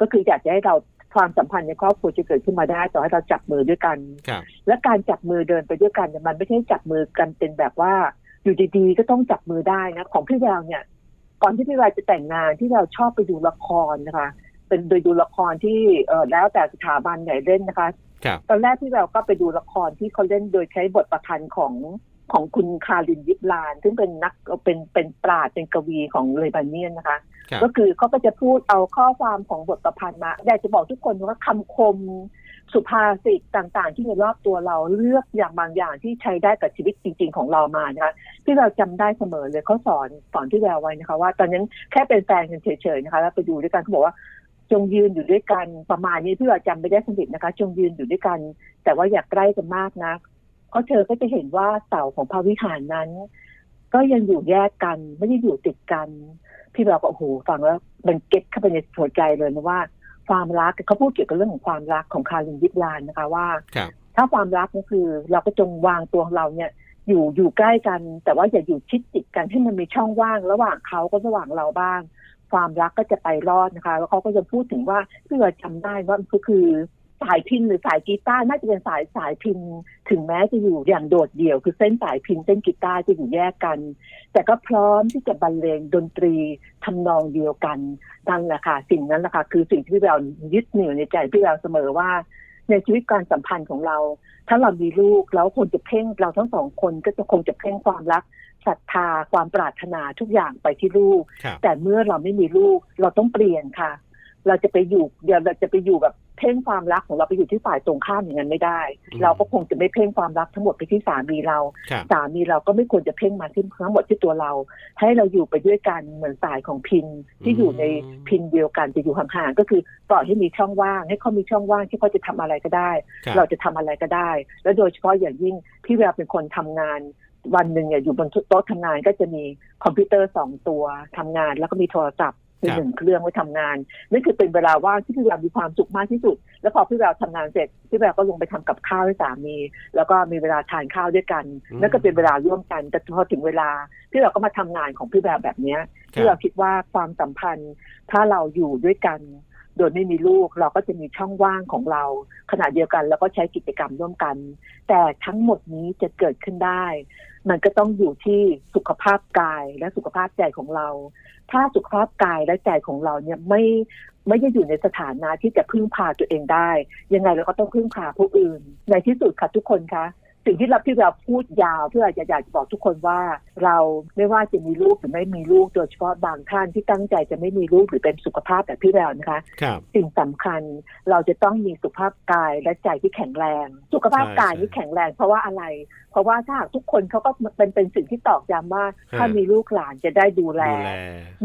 [SPEAKER 5] ก็คืออยากจะให้เราความสัมพันธ์ในครอบครัวจะเกิดขึ้นมาได้ต่อให้เราจับมือด้วยกัน
[SPEAKER 2] ครับ
[SPEAKER 5] และการจับมือเดินไปด้วยกันเนี่ยมันไม่ใช่จับมือกันเป็นแบบว่า อยู่ดีๆ ก็ต้องจับมือได้นะ ของพี่แววเนี่ย ก่อนที่พี่แววจะแต่งงานที่เราชอบไปดูละครนะคะ เป็นโดยดูละครที่เออแล้วแต่สถาบันไหนเล่นนะคะ
[SPEAKER 2] ครับ
[SPEAKER 5] ตอนแรกพี่แววก็ไปดูละครที่เขาเล่นโดยใช้บทประพันธ์ของของคุณคารินยิบลาน ซึ่งเป็นนักเป็นเป็นปราดเป็นกวีของเลบานเนียนนะคะ
[SPEAKER 2] ครับ
[SPEAKER 5] ก็คือเขาก็จะพูดเอาข้อความของบทประพันธ์มาอยากจะบอกทุกคนว่าคำคม สุภาษิตต่างๆ ที่ในรอบตัวเราเลือกอย่างบางอย่างที่ใช้ได้กับชีวิตจริง ๆ ของเรามานะคะที่เราจำได้เสมอเลยเขาสอนสอนที่แววไว้นะคะ ว่าตอนนั้นแค่เป็นแฟนกันเฉยๆนะคะแล้วไปดูด้วยกันเขาบอกว่า จงยืนอยู่ด้วยกันประมาณนี้ที่เราจำไม่ได้สนิทนะคะ จงยืนอยู่ด้วยกัน แต่ว่าอย่าใกล้กันมากนะเพราะเธอก็จะเห็นว่าเสาของพระวิหารนั้น ก็ยังอยู่แยกกันไม่ได้อยู่ติดกัน พี่เราก็โอ้โหฟังแล้วมันเก็ตเข้าไปในหัวใจเลยนะว่า ความรักเขาพูดเกี่ยวกับเรื่องของความรักของคารินยิบลานนะคะว่า
[SPEAKER 2] ครับ
[SPEAKER 5] ถ้าความรักก็คือ เราก็จงวางตัวของเราเนี่ยอยู่อยู่ใกล้กัน แต่ว่าอย่าอยู่ชิดติดกันให้มันมีช่องว่าง ระหว่างเขาก็ระหว่างเราบ้าง ความรักก็จะไปรอดนะคะ แล้วเขาก็จะพูดถึงว่าเพื่อจำได้ว่าก็คือสายพินหรือสายกีตาร์น่าจะเป็นสายสายพินถึงแม้จะอยู่อย่างโดดเดี่ยว คือเส้นสายพินเส้นกีตาร์จะอยู่แยกกัน แต่ก็พร้อมที่จะบรรเลงดนตรีทำนองเดียวกันนั่นแหละค่ะสิ่งนั้นแหละค่ะคือสิ่งที่พี่แววยึดเหนี่ยวในใจพี่แววเสมอว่า ในชีวิตการสัมพันธ์ของเรา ถ้าเรามีลูกแล้วคนจะเพ่งเราทั้งสองคนก็จะคงจะเพ่งความรักศรัทธาความปรารถนาทุกอย่างไปที่ลูก
[SPEAKER 2] ครับ
[SPEAKER 5] แต่เมื่อเราไม่มีลูกเราต้องเปลี่ยนค่ะ เราจะไปอยู่เดี๋ยวเราจะไปอยู่แบบเพ่งความรักของเราไปอยู่ที่ฝ่ายตรงข้ามอย่างนั้นไม่ได้
[SPEAKER 2] อืม
[SPEAKER 5] เราก็คงจะไม่เพ่งความรักทั้งหมดไปที่สามีเรา
[SPEAKER 2] ครับ
[SPEAKER 5] สามีเราก็ไม่ควรจะเพ่งมาที่ทั้งหมดที่ตัวเรา ให้เราอยู่ไปด้วยกันเหมือนสายของพินที่อยู่ใน
[SPEAKER 2] อืม
[SPEAKER 5] พินเดียวกันจะอยู่ห่างๆก็คือปล่อยให้มีช่องว่าง ให้เขามีช่องว่างที่เขาจะทำอะไรก็ได้
[SPEAKER 2] ครับ
[SPEAKER 5] เราจะทำอะไรก็ได้ และโดยเฉพาะอย่างยิ่งพี่แววเป็นคนทำงาน วันหนึ่งเนี่ยอยู่บนโต๊ะทำงานก็จะมีคอมพิวเตอร์สองตัวทำงาน แล้วก็มีโทรศัพท์เป็
[SPEAKER 2] ค
[SPEAKER 5] น
[SPEAKER 2] รับ
[SPEAKER 5] หนึ่งเครื่องไว้ทำงานนั่นคือเป็นเวลาว่างที่พี่แววมีความสุขมากที่สุด แล้วพอพี่แววทำงานเสร็จพี่แววก็ลงไปทำกับข้าวให้สามี แล้วก็มีเวลาทานข้าวด้วยกัน
[SPEAKER 2] อืม
[SPEAKER 5] นั่นก็เป็นเวลาร่วมกันแต่พอถึงเวลาพี่แววก็มาทำงานของพี่แววแบบเนี้ย ที่เราคิดว่าความสัมพันธ์ ถ้าเราอยู่ด้วยกัน โดยไม่มีลูกเราก็จะมีช่องว่างของเรา ขณะเดียวกันเราก็ใช้กิจกรรมร่วมกัน แต่ทั้งหมดนี้จะเกิดขึ้นได้ มันก็ต้องอยู่ที่สุขภาพกายและสุขภาพใจของเรา ถ้าสุขภาพกายและใจของเราเนี่ยไม่ไม่ได้อยู่ในสถานะที่จะพึ่งพาตัวเองได้ ยังไงเราก็ต้องพึ่งพาผู้อื่น ในที่สุดค่ะทุกคนคะ สิ่งที่เราพี่เราพูดยาวเพื่อจะอยากจะบอกทุกคนว่า เราไม่ว่าจะมีลูกหรือไม่มีลูกโดยเฉพาะบางท่านที่ตั้งใจจะไม่มีลูกหรือเป็นสุขภาพแบบพี่แววนะคะ
[SPEAKER 2] ครับ
[SPEAKER 5] สิ่งสำคัญเราจะต้องมีสุขภาพกายและใจที่แข็งแรง สุขภาพ
[SPEAKER 2] ใช่
[SPEAKER 5] กายนี่แข็งแรงเพราะว่าอะไร เพราะว่าถ้าหากทุกคนเขาก็เป็นเป็นสิ่งที่ตอกย้ำว่า
[SPEAKER 2] ฮะ
[SPEAKER 5] ถ้ามีลูกหลานจะได้ดูแล
[SPEAKER 2] ดูแล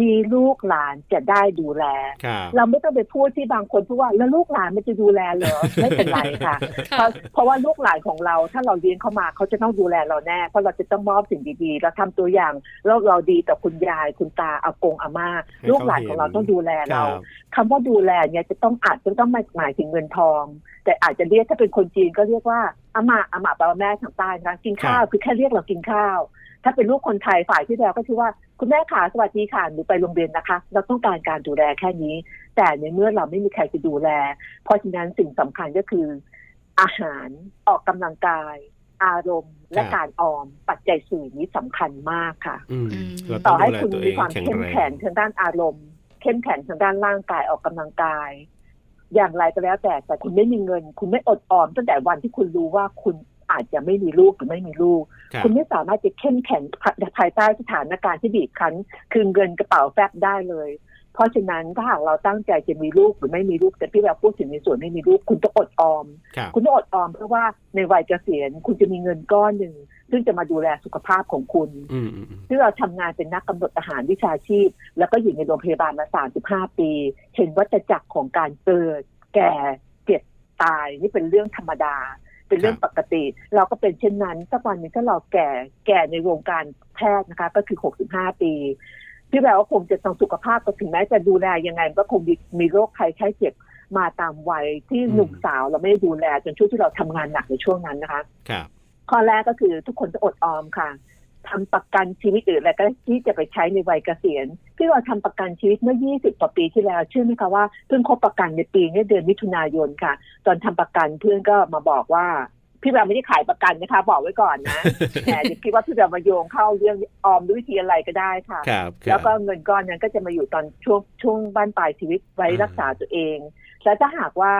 [SPEAKER 5] มีลูกหลานจะได้ดูแล
[SPEAKER 2] ครับ
[SPEAKER 5] เราไม่ต้องไปพูดที่บางคนพูดว่าแล้วลูกหลานมันจะดูแลเหรอ ไม่เป็นไรค่ะ เพราะเพราะว่าลูกหลานของเราถ้าเราเลี้ยงเขามาเขาจะต้องดูแลเราแน่ เพราะเราจะต้องมอบสิ่งดีๆ เราทำตัวอย่างแล้วเราดีต่อคุณยายคุณตาอากงอาม่า
[SPEAKER 2] ให้เขาเห็น
[SPEAKER 5] ลูกหลานของเราต้องดูแล
[SPEAKER 2] ค
[SPEAKER 5] เรา
[SPEAKER 2] รับ
[SPEAKER 5] คำว่าดูแลเนี่ยจะต้องอาจจะต้องหมายหมายถึงเงินทอง แต่อาจจะเรียกถ้าเป็นคนจีนก็เรียกว่าอาม่าอาม่าแปลว่าแม่ทางใต้นะคะกินข้าวคือแค่เรียกเรากินข้าว ถ้าเป็นลูกคนไทยฝ่ายที่แล้วก็คือว่าคุณแม่ขาสวัสดีค่ะหนูไปโรงเรียนนะคะ เราต้องการการดูแลแค่นี้ แต่ในเมื่อเราไม่มีใครจะดูแล เพราะฉะนั้นสิ่งสำคัญก็คือ อาหารออกกำลังกาย อารมณ์ และการออม ปัจจัยสี่นี้สำคัญมากค่ะ
[SPEAKER 2] อืม
[SPEAKER 1] อืม
[SPEAKER 2] เราต้
[SPEAKER 5] ต่
[SPEAKER 2] อง
[SPEAKER 5] อให้
[SPEAKER 2] ดูแล
[SPEAKER 5] คุณ
[SPEAKER 2] ตัวเอ
[SPEAKER 5] มี
[SPEAKER 2] ง
[SPEAKER 5] ความ
[SPEAKER 2] แข็ง
[SPEAKER 5] เข้ม
[SPEAKER 2] แร
[SPEAKER 5] แข็
[SPEAKER 2] ง
[SPEAKER 5] งทางด้านอารมณ์ เข้มแข็งทางด้านร่างกายออกกำลังกาย อย่างไรก็แล้วแต่แต่คุณไม่มีเงิน คุณไม่อดออมตั้งแต่วันที่คุณรู้ว่าคุณอาจจะไม่มีลูกหรือไม่มีลูก
[SPEAKER 2] ครับ
[SPEAKER 5] คุณไม่สามารถจะเข้มแข็งภายใต้สถานการณ์ที่บีบคั้น คือเงินกระเป๋าแฟบได้เลย เพราะฉะนั้นถ้าหากเราตั้งใจจะมีลูกหรือไม่มีลูกแต่พี่แบบพูดถึงในส่วนไม่มีลูกคุณต้องอดออม
[SPEAKER 2] ครับ
[SPEAKER 5] คุณต้องอดออมเพราะว่าในวัยเกษียณคุณจะมีเงินก้อนหนึ่งซึ่งจะมาดูแลสุขภาพของคุณ
[SPEAKER 2] อืมอืมอืม
[SPEAKER 5] ซึ่งเราทำงานเป็นนักกำหนดอาหารวิชาชีพ แล้วก็อยู่ในโรงพยาบาลมา 35 ปี เห็นวัฏจักรของการเกิด แก่เจ็บตายนี่เป็นเรื่องธรรมดา เป็นเรื่องปกติ เราก็เป็นเช่นนั้นสักวันหนึงถ้าเราแก่แก่ในวงการแพทย์นะคะ ก็คือ 65 ปีพี่แปลว่าคงจะต้องสุขภาพก็ถึงแม้จะดูแลยังไงมันก็คงมีมีโรคภัยไข้เจ็บมาตามวัยที่หนุ่ม
[SPEAKER 2] อืม
[SPEAKER 5] สาวเราไม่ได้ดูแลจนช่วงที่เราทำงานหนักในช่วงนั้นนะคะ
[SPEAKER 2] ครับ
[SPEAKER 5] ข้อแรกก็คือทุกคนจะอดออมค่ะทำประกันชีวิตหรืออะไรก็ที่จะไปใช้ในวัยเกษียณพี่เราทำประกันชีวิตเมื่อ 20กว่าปีที่แล้วเชื่อไหมคะว่าเพิ่งครบประกันในปีนี้เดือนมิถุนายนค่ะ ตอนทำประกันเพื่อนก็มาบอกว่า พี่เราไม่ได้ขายประกันนะคะ บอกไว้ก่อนนะ แต่อย่าคิดว่าพี่เรามาโยงเข้าเรื่องออมด้วยวิธีอะไรก็ได้ค่ะ
[SPEAKER 2] ครับค
[SPEAKER 5] แล้วก็
[SPEAKER 2] รับ
[SPEAKER 5] เงินก้อนนั้นก็จะมาอยู่ตอนช่วงช่วงบ้านปลายชีวิตไว้
[SPEAKER 2] อ่ารั
[SPEAKER 5] รักษาตัวเอง แล้วถ้าหากว่า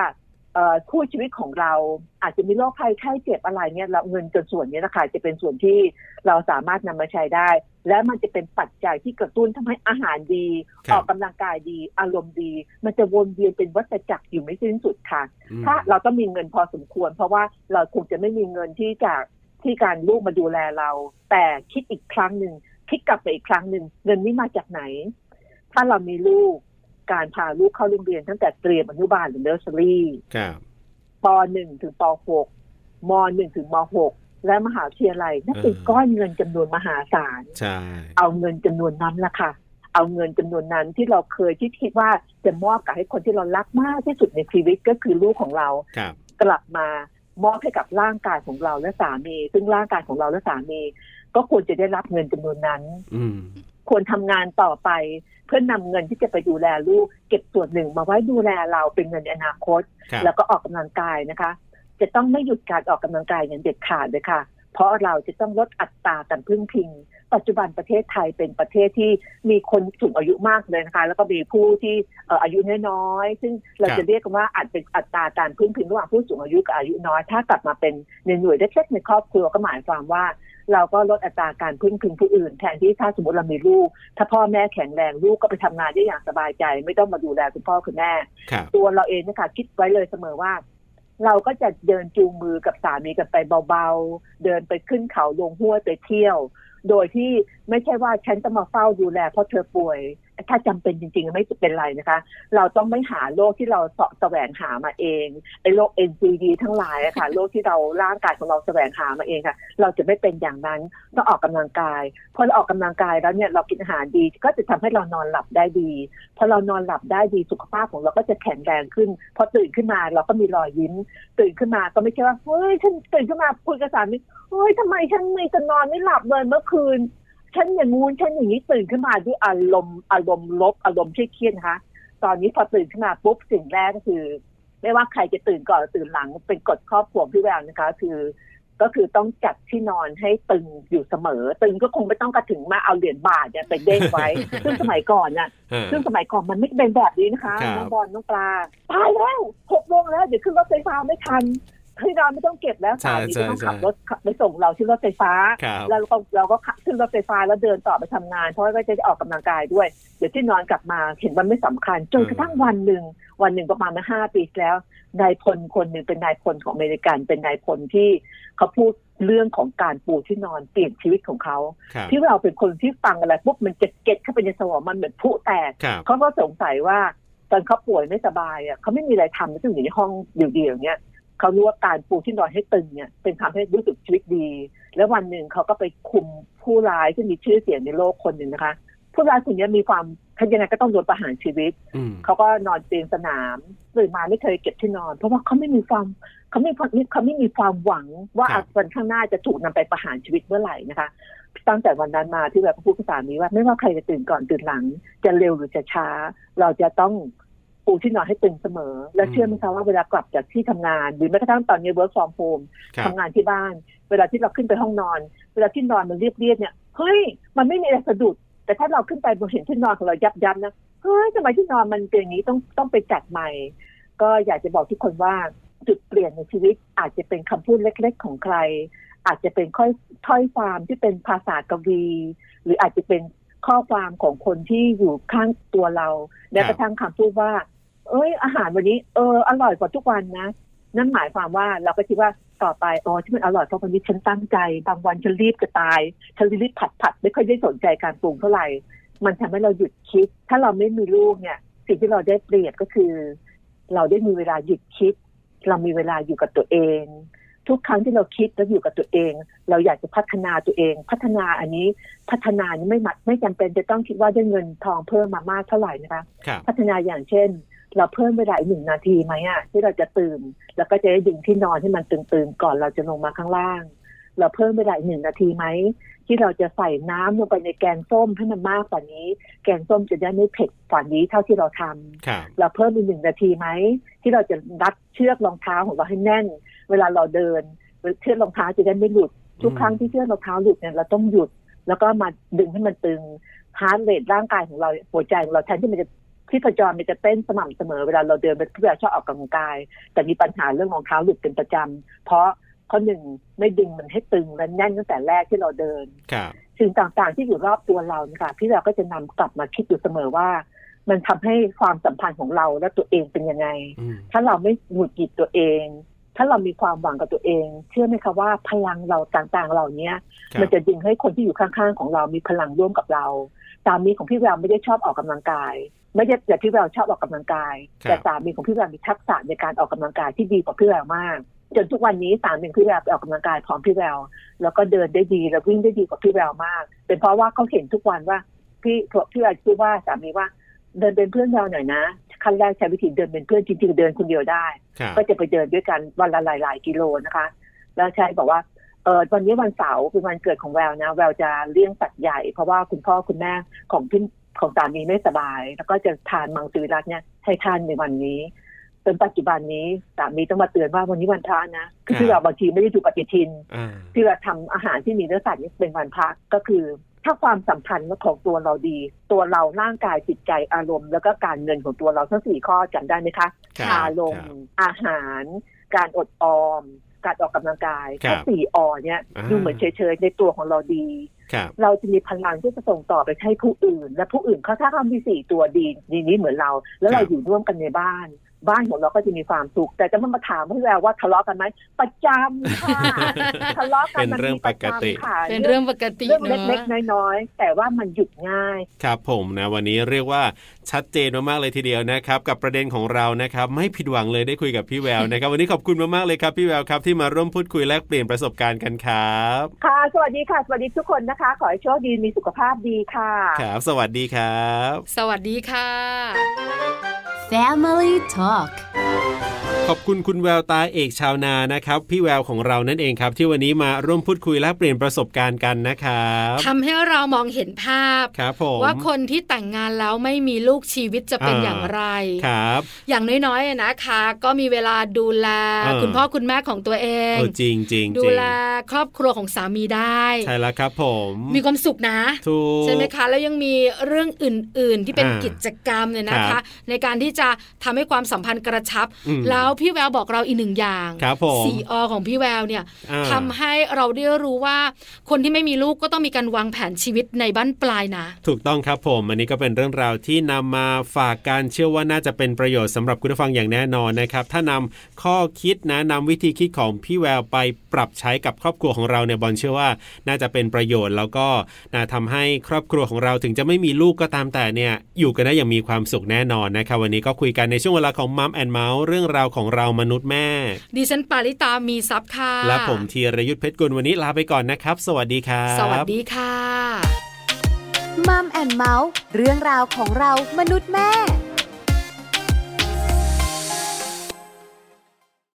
[SPEAKER 5] เอ่อคู่ชีวิตของเราอาจจะมีโรคภัยไข้เจ็บอะไรเนี่ยเราเงินจนส่วนเนี้นะคะจะเป็นส่วนที่เราสามารถนำมาใช้ได้ และมันจะเป็นปัจจัยที่กระตุ้นทำให้อาหารดี
[SPEAKER 2] ครับ
[SPEAKER 5] ออกกำลังกายดี อารมณ์ดี มันจะวนเวียนเป็นวัฏจักรอยู่ไม่สิ้นสุดค่ะ
[SPEAKER 2] อืม
[SPEAKER 5] ถ้าเราต้องมีเงินพอสมควร เพราะว่าเราคงจะไม่มีเงินที่จากที่การลูกมาดูแลเรา แต่คิดอีกครั้งหนึ่งคิดกลับไปอีกครั้งหนึ่งเงินนี้มาจากไหน ถ้าเรามีลูกการพาลูกเข้าโรงเรียนตั้งแต่เตรียมอนุบาลหรือเนอร์เซอรี่
[SPEAKER 2] ครับ
[SPEAKER 5] ป .1 ถึงป .6 ม .1 ถึงม .6 และมหาวิทยาลัยนั่นเป็นก้อนเงินจำนวนมหาศาล
[SPEAKER 2] ใช่
[SPEAKER 5] เอาเงินจำนวนนั้นละค่ะ เอาเงินจำนวนนั้นที่เราเคยที่คิดว่าจะมอบกับให้คนที่เรารักมากที่สุดในชีวิตก็คือลูกของเรา
[SPEAKER 2] ครับ
[SPEAKER 5] กลับมามอบให้กับร่างกายของเราและสามี ซึ่งร่างกายของเราและสามี ก็ควรจะได้รับเงินจำนวนนั้น
[SPEAKER 2] อืม
[SPEAKER 5] ควรทำงานต่อไป เพื่อนนำเงินที่จะไปดูแลลูก เก็บส่วนหนึ่งมาไว้ดูแลเราเป็นเงินในอนาคต
[SPEAKER 2] ครับ
[SPEAKER 5] แล้วก็ออกกำลังกายนะคะ จะต้องไม่หยุดการออกกำลังกายอย่างเด็ดขาดเลยค่ะ เพราะเราจะต้องลดอัตราการพึ่งพิง ปัจจุบันประเทศไทยเป็นประเทศที่มีคนสูงอายุมากเลยนะคะ แล้วก็มีผู้ที่เอ่ออายุน้อยๆซึ่งเราจะเรียกกันว่าอาจเป็นอัตราการพึ่งพิงระหว่างผู้สูงอายุกับอายุน้อย ถ้ากลับมาเป็นในหน่วยเล็กๆในครอบครัวก็หมายความว่า เราก็ลดอัตราการพึ่งพิงผู้อื่น แทนที่ถ้าสมมติเรามีลูก ถ้าพ่อแม่แข็งแรงลูกก็ไปทำงานได้อย่างสบายใจ ไม่ต้องมาดูแลคุณพ่อคุณแม่
[SPEAKER 2] ครับ
[SPEAKER 5] ตัวเราเองเนะคะคิดไว้เลยเสมอว่า เราก็จะเดินจูงมือกับสามีกันไปเบาๆ เดินไปขึ้นเขาลงห้วยไปเที่ยว โดยที่ไม่ใช่ว่าฉันจะมาเฝ้าดูแลเพราะเธอป่วย ถ้าจำเป็นจริงๆ ไม่เป็นไรนะคะ เราต้องไม่หาโรคที่เราเสาะแสวงหามาเองไอ้โรค NCD ทั้งหลายอะค่ะ โรคที่เราร่างกายของเราแสวงหามาเองค่ะ เราจะไม่เป็นอย่างนั้นต้องออกกำลังกายพอเราออกกำลังกายแล้วเนี่ยเรากินอาหารดีก็จะทำให้เรานอนหลับได้ดี พอเรานอนหลับได้ดีสุขภาพของเราก็จะแข็งแรงขึ้น พอตื่นขึ้นมาเราก็มีรอยยิ้ม ตื่นขึ้นมาก็ไม่ใช่ว่าเฮ้ยฉันตื่นขึ้นมาคุยกับสามีเฮ้ยทำไมฉันไม่จะนอนไม่หลับเลยเมื่อคืน ฉันอย่างงู้นฉันอย่างนี้ตื่นขึ้นมาด้วยอารมณ์อารมณ์ลบอารมณ์เครียดๆนะคะ ตอนนี้พอตื่นขึ้นมาปุ๊บสิ่งแรกก็คือ ไม่ว่าใครจะตื่นก่อนหรือตื่นหลังเป็นกฎครอบครัวพี่แววนะคะ คือ ก็คือต้องจัดที่นอนให้ตึงอยู่เสมอ ตึงก็คงไม่ต้องกระถึงมาเอาเหรียญบาทเนี่ยไปเด้งไว้ (laughs) ซึ่งสมัยก่อนน่ะ
[SPEAKER 2] อ่า
[SPEAKER 5] ซึ่งสมัยก่อนมันไม่เป็นแบบนี้นะคะ
[SPEAKER 2] ครับ
[SPEAKER 5] น้องบอลน้องปลาตายแล้วหกโมงแล้ว เดี๋ยวขึ้นรถไฟฟ้าไม่ทันที่เราไม่ต้องเก็บแล้วสามีก็ต้องขับรถขับไปส่งเราที่รถไฟฟ้า
[SPEAKER 2] ครับ
[SPEAKER 5] แล้วเราก็เราก็ขึ้นรถไฟฟ้าแล้วเดินต่อไปทำงาน เพราะว่าก็จะได้ออกกำลังกายด้วย เดี๋ยวที่นอนกลับมาเห็นมันไม่สำคัญจนกระทั่งวันหนึ่งวันหนึ่งประมาณมาห้าปีที่แล้วนายพลคนหนึ่งเป็นนายพลของอเมริกันเป็นนายพลที่เขาพูดเรื่องของการปูที่นอนเปลี่ยนชีวิตของเขา
[SPEAKER 2] ครับ
[SPEAKER 5] ที่เราเป็นคนที่ฟังอะไรปุ๊บมันจะเก็ตเข้าไปในสมองมันเหมือนผุแตก
[SPEAKER 2] ครับ
[SPEAKER 5] เขาก็สงสัยว่าตอนเขาป่วยไม่สบายอ่ะเขาไม่มีอะไรทำก็อยู่ในห้องเดี่ยวๆอย่างเงี้ยเขารู้ว่าการปูที่นอนให้ตึงเนี่ยเป็นทำให้รู้สึกชีวิตดี แล้ววันหนึ่งเขาก็ไปคุมผู้ร้ายซึ่งมีชื่อเสียงในโลกคนหนึ่งนะคะ ผู้ร้ายคนเนี้ยมีความทันยังไงก็ต้องโดนประหารชีวิต
[SPEAKER 2] อืม
[SPEAKER 5] เขาก็นอนเตียงสนามตื่นมาไม่เคยเก็บที่นอน เพราะว่าเขาไม่มีความเขาไม่เขาไม่เขาไม่มีความหวังว่าวันข้างหน้าจะถูกนำไปประหารชีวิตเมื่อไหร่นะคะ ตั้งแต่วันนั้นมาที่แบบพูดกับสามีว่าไม่ว่าใครจะตื่นก่อนตื่นหลัง จะเร็วหรือจะช้า เราจะต้องปูที่นอนให้ตึงเสมอ และเชื่อไหมคะว่าเวลากลับจากที่ทำงาน หรือแม้กระทั่งตอนนี้ work from home
[SPEAKER 2] ครับ
[SPEAKER 5] ทำงานที่บ้าน เวลาที่เราขึ้นไปห้องนอน เวลาที่นอนมันเรียบเรียบๆเนี่ย เฮ้ย มันไม่มีอะไรสะดุด แต่ถ้าเราขึ้นไปบนเห็นที่นอนของเรายับยับนะ เฮ้ยทำไมที่นอนมันเป็นอย่างนี้ต้องต้องไปจัดใหม่ ก็อยากจะบอกทุกคนว่าจุดเปลี่ยนในชีวิตอาจจะเป็นคำพูดเล็กๆของใคร อาจจะเป็นค่อยถ้อยความที่เป็นภาษากวี หรืออาจจะเป็นข้อความของคนที่อยู่ข้างตัวเราและกระทั่งคำพูดว่า เอ้ยอาหารวันนี้เอออร่อยกว่าทุกวันนะ นั่นหมายความว่าเราก็คิดว่าต่อไปอ๋อที่มันอร่อยเพราะวันนี้ฉันตั้งใจ บางวันฉันรีบจะตายฉันรีบผัดผัดไม่ค่อยได้สนใจการปรุงเท่าไหร่ มันทำให้เราหยุดคิด ถ้าเราไม่มีลูกเนี่ย สิ่งที่เราได้เปรียบก็คือ เราได้มีเวลาหยุดคิด เรามีเวลาอยู่กับตัวเอง ทุกครั้งที่เราคิดแล้วอยู่กับตัวเอง เราอยากจะพัฒนาตัวเอง พัฒนาอันนี้พัฒนานี่ไม่มัดไม่จำเป็นจะต้องคิดว่าได้เงินทองเพิ่มมามากเท่าไหร่นะคะ
[SPEAKER 2] ครับ
[SPEAKER 5] พัฒนาอย่างเช่น เราเพิ่มเวลาอีกหนึ่งนาทีไหมอะที่เราจะตื่น แล้วก็จะได้ดึงที่นอนให้มันตึงๆก่อนเราจะลงมาข้างล่าง เราเพิ่มเวลาอีกหนึ่งนาทีไหมที่เราจะใส่น้ำลงไปในแกงส้มให้มันมากกว่านี้ แกงส้มจะได้ไม่เผ็ดกว่านี้เท่าที่เราทำ
[SPEAKER 2] ครับ
[SPEAKER 5] เราเพิ่มอีกหนึ่งนาทีไหมที่เราจะรัดเชือกรองเท้าของเราให้แน่น เวลาเราเดินเชือกรองเท้าจะได้ไม่หลุด ทุกครั้งที่เชือกรองเท้าหลุดเนี่ยเราต้องหยุด แล้วก็มาดึงให้มันตึงฮาร์ดเรทร่างกายของเราหัวใจของเราแทนที่มันจะ ชีพจรมันจะเต้นสม่ำเสมอเวลาเราเดินไปเพื่อชอบออกกำลังกาย แต่มีปัญหาเรื่องรองเท้าหลุดเป็นประจำเพราะข้อหนึ่งไม่ดึงมันให้ตึงและแน่นตั้งแต่แรกที่เราเดิน
[SPEAKER 2] ครับ
[SPEAKER 5] สิ่งต่างๆ ที่อยู่รอบตัวเรานะคะพี่เราก็จะนำกลับมาคิดอยู่เสมอว่า มันทำให้ความสัมพันธ์ของเราและตัวเองเป็นยังไง
[SPEAKER 2] อืม
[SPEAKER 5] ถ้าเราไม่หงุดหงิดตัวเอง ถ้าเรามีความหวังกับตัวเอง เชื่อไหมคะว่าพลังเราต่างๆเหล่านี้
[SPEAKER 2] ครับ
[SPEAKER 5] มันจะดึงให้คนที่อยู่ข้างๆของเรามีพลังร่วมกับเรา สามีของพี่แววไม่ได้ชอบออกกำลังกาย ไม่ได้แต่พี่แววชอบออกกำลังกาย แต่สามีของพี่แววมีทักษะในการออกกำลังกายที่ดีกว่าพี่แววมาก จนทุกวันนี้สามีของพี่แววไปออกกำลังกายพร้อมพี่แววแล้วก็เดินได้ดีแล้ววิ่งได้ดีกว่าพี่แววมาก เป็นเพราะว่าเขาเห็นทุกวันว่าพี่พี่แววพูดว่าสามีว่า เดินเป็นเพื่อนเราหน่อยนะขั้นแรกใช้วิธีเดินเป็นเพื่อนจริงๆเดินคนเดียวได้
[SPEAKER 2] ครับ
[SPEAKER 5] ก็จะไปเดินด้วยกันวันละหลายๆกิโลนะคะ แล้วใช้บอกว่าเออวันนี้วันเสาร์เป็นวันเกิดของแววนะ แววจะเลี้ยงสัตว์ใหญ่ เพราะว่าคุณพ่อคุณแม่ของพี่ของสามีไม่สบาย แล้วก็จะทานมังสวิรัตเนี่ยให้ทานในวันนี้จนปัจจุบันนี้สามีต้องมาเตือนว่าวันนี้วันพระนะคือพี่เราบางทีไม่ได้ดูปฏิทิน
[SPEAKER 2] อ่า
[SPEAKER 5] ที่เราทำอาหารที่มีเนื้อสัตว์นี่เป็นวันพักก็คือ ถ้าความสัมพันธ์ของตัวเราดี ตัวเราร่างกายจิตใจอารมณ์ แล้วก็การเงินของตัวเราทั้งสี่ข้อจำได้ไหมคะ
[SPEAKER 2] ครับ
[SPEAKER 5] อารม
[SPEAKER 2] ค
[SPEAKER 5] ณ์
[SPEAKER 2] บ
[SPEAKER 5] อาหาร การอดออม การออกกำลังกาย
[SPEAKER 2] ครับ
[SPEAKER 5] ทั้งสี่ออเนี่ย
[SPEAKER 2] อ่า
[SPEAKER 5] ดูเหมือนเฉยๆในตัวของเราดี
[SPEAKER 2] ครับ
[SPEAKER 5] เราจะมีพลังที่จะส่งต่อไปให้ผู้อื่น และผู้อื่นเขาถ้าเขามีสี่ตัวดีดีนี้เหมือนเรา แล้วเรา
[SPEAKER 2] ครับ
[SPEAKER 5] อยู่ร่วมกันในบ้าน บ้านของเราก็จะมีความสุข แต่จะไมาถามพี่แววว่าทะเลาะกันไหมประจำ
[SPEAKER 2] (laughs)
[SPEAKER 5] ค่ะ ทะเลาะกัน
[SPEAKER 2] เป็นเรื่องปกติ
[SPEAKER 5] มันมีระจำค่ะ
[SPEAKER 1] เป็นเรื่องปกติ
[SPEAKER 5] เรื่อง
[SPEAKER 1] เนอะ
[SPEAKER 5] เล็กๆน้อยๆแต่ว่ามันหยุดง่าย
[SPEAKER 2] ครับผมนะวันนี้เรียกว่าชัดเจนมากๆเลยทีเดียวนะครับ กับประเด็นของเรานะครับ ไม่ผิดหวังเลยได้คุยกับพี่แววนะครับ วันนี้ขอบคุณมากๆเลยครับพี่แววครับที่มาร่วมพูดคุยแลกเปลี่ยนประสบการณ์กันครับ
[SPEAKER 5] ค่ะ สวัสดีค่ะ สวัสดีทุกคนนะคะ ขอให้โชคดีมีสุขภาพดีค่ะ
[SPEAKER 2] ครับสวัสดีครับ
[SPEAKER 1] สวัสดีค่ะ
[SPEAKER 4] Family Talk
[SPEAKER 2] ขอบคุณคุณแววตาเอกชาวนานะครับ พี่แววของเรานั่นเองครับ ที่วันนี้มาร่วมพูดคุยแลกเปลี่ยนประสบการณ์กันนะครับ
[SPEAKER 1] ทำให้เรามองเห็นภาพ
[SPEAKER 2] ครับผม
[SPEAKER 1] ว่าคนที่แต่งงานแล้วไม่มีลูกชีวิตจะเป็นอย่างไร
[SPEAKER 2] ครับ
[SPEAKER 1] อย่างน้อยๆนะคะ ก็มีเวลาดูแล
[SPEAKER 2] เออ
[SPEAKER 1] คุณพ่อคุณแม่ของตัวเอง
[SPEAKER 2] เออจริงจริงจริง
[SPEAKER 1] ดูแลครอบครัวของสามีได้
[SPEAKER 2] ใช่แล้วครับผม
[SPEAKER 1] มีความสุขนะ
[SPEAKER 2] ถูก
[SPEAKER 1] ใช่ไหมคะ แล้วยังมีเรื่องอื่น ๆ ที่เป็น
[SPEAKER 2] อ่า
[SPEAKER 1] กิจกรรมเนี่ยนะ
[SPEAKER 2] ครั
[SPEAKER 1] คะ
[SPEAKER 2] บ
[SPEAKER 1] ในการที่จะทำให้ความสัมพันธ์กระชับ
[SPEAKER 2] อืม
[SPEAKER 1] แล้วพี่แววบอกเราอีกหนึ่งอย่าง
[SPEAKER 2] ครับผม
[SPEAKER 1] สีอของพี่แววเนี่ย
[SPEAKER 2] อ่า
[SPEAKER 1] ทำให้เราได้รู้ว่า คนที่ไม่มีลูกก็ต้องมีการวางแผนชีวิตในบ้านปลายนะ
[SPEAKER 2] ถูกต้องครับผม อันนี้ก็เป็นเรื่องราวที่นำมาฝากการเชื่อว่าน่าจะเป็นประโยชน์สำหรับคุณผู้ฟังอย่างแน่นอนนะครับ ถ้านำข้อคิดนะนำวิธีคิดของพี่แววไปปรับใช้กับครอบครัวของเราเนี่ยบอลเชื่อว่าน่าจะเป็นประโยชน์แล้วก็นะทำให้ครอบครัวของเราถึงจะไม่มีลูกก็ตามแต่เนี่ยอยู่กันได้อย่างมีความสุขแน่นอนนะครับวันนี้ก็คุยกันในช่วงเวลาของมัมแอนเมาส์เรื่องราวของเรามนุษย์แม่
[SPEAKER 1] ดิฉันปาริตามีซับค่ะ
[SPEAKER 2] และผมธีรยุทธเพชรกุลวันนี้ลาไปก่อนนะครับ สวัสดีครับ
[SPEAKER 1] สวัสดีค่ะ
[SPEAKER 4] มัมแอนเมาส์เรื่องราวของเรามนุษย์แม่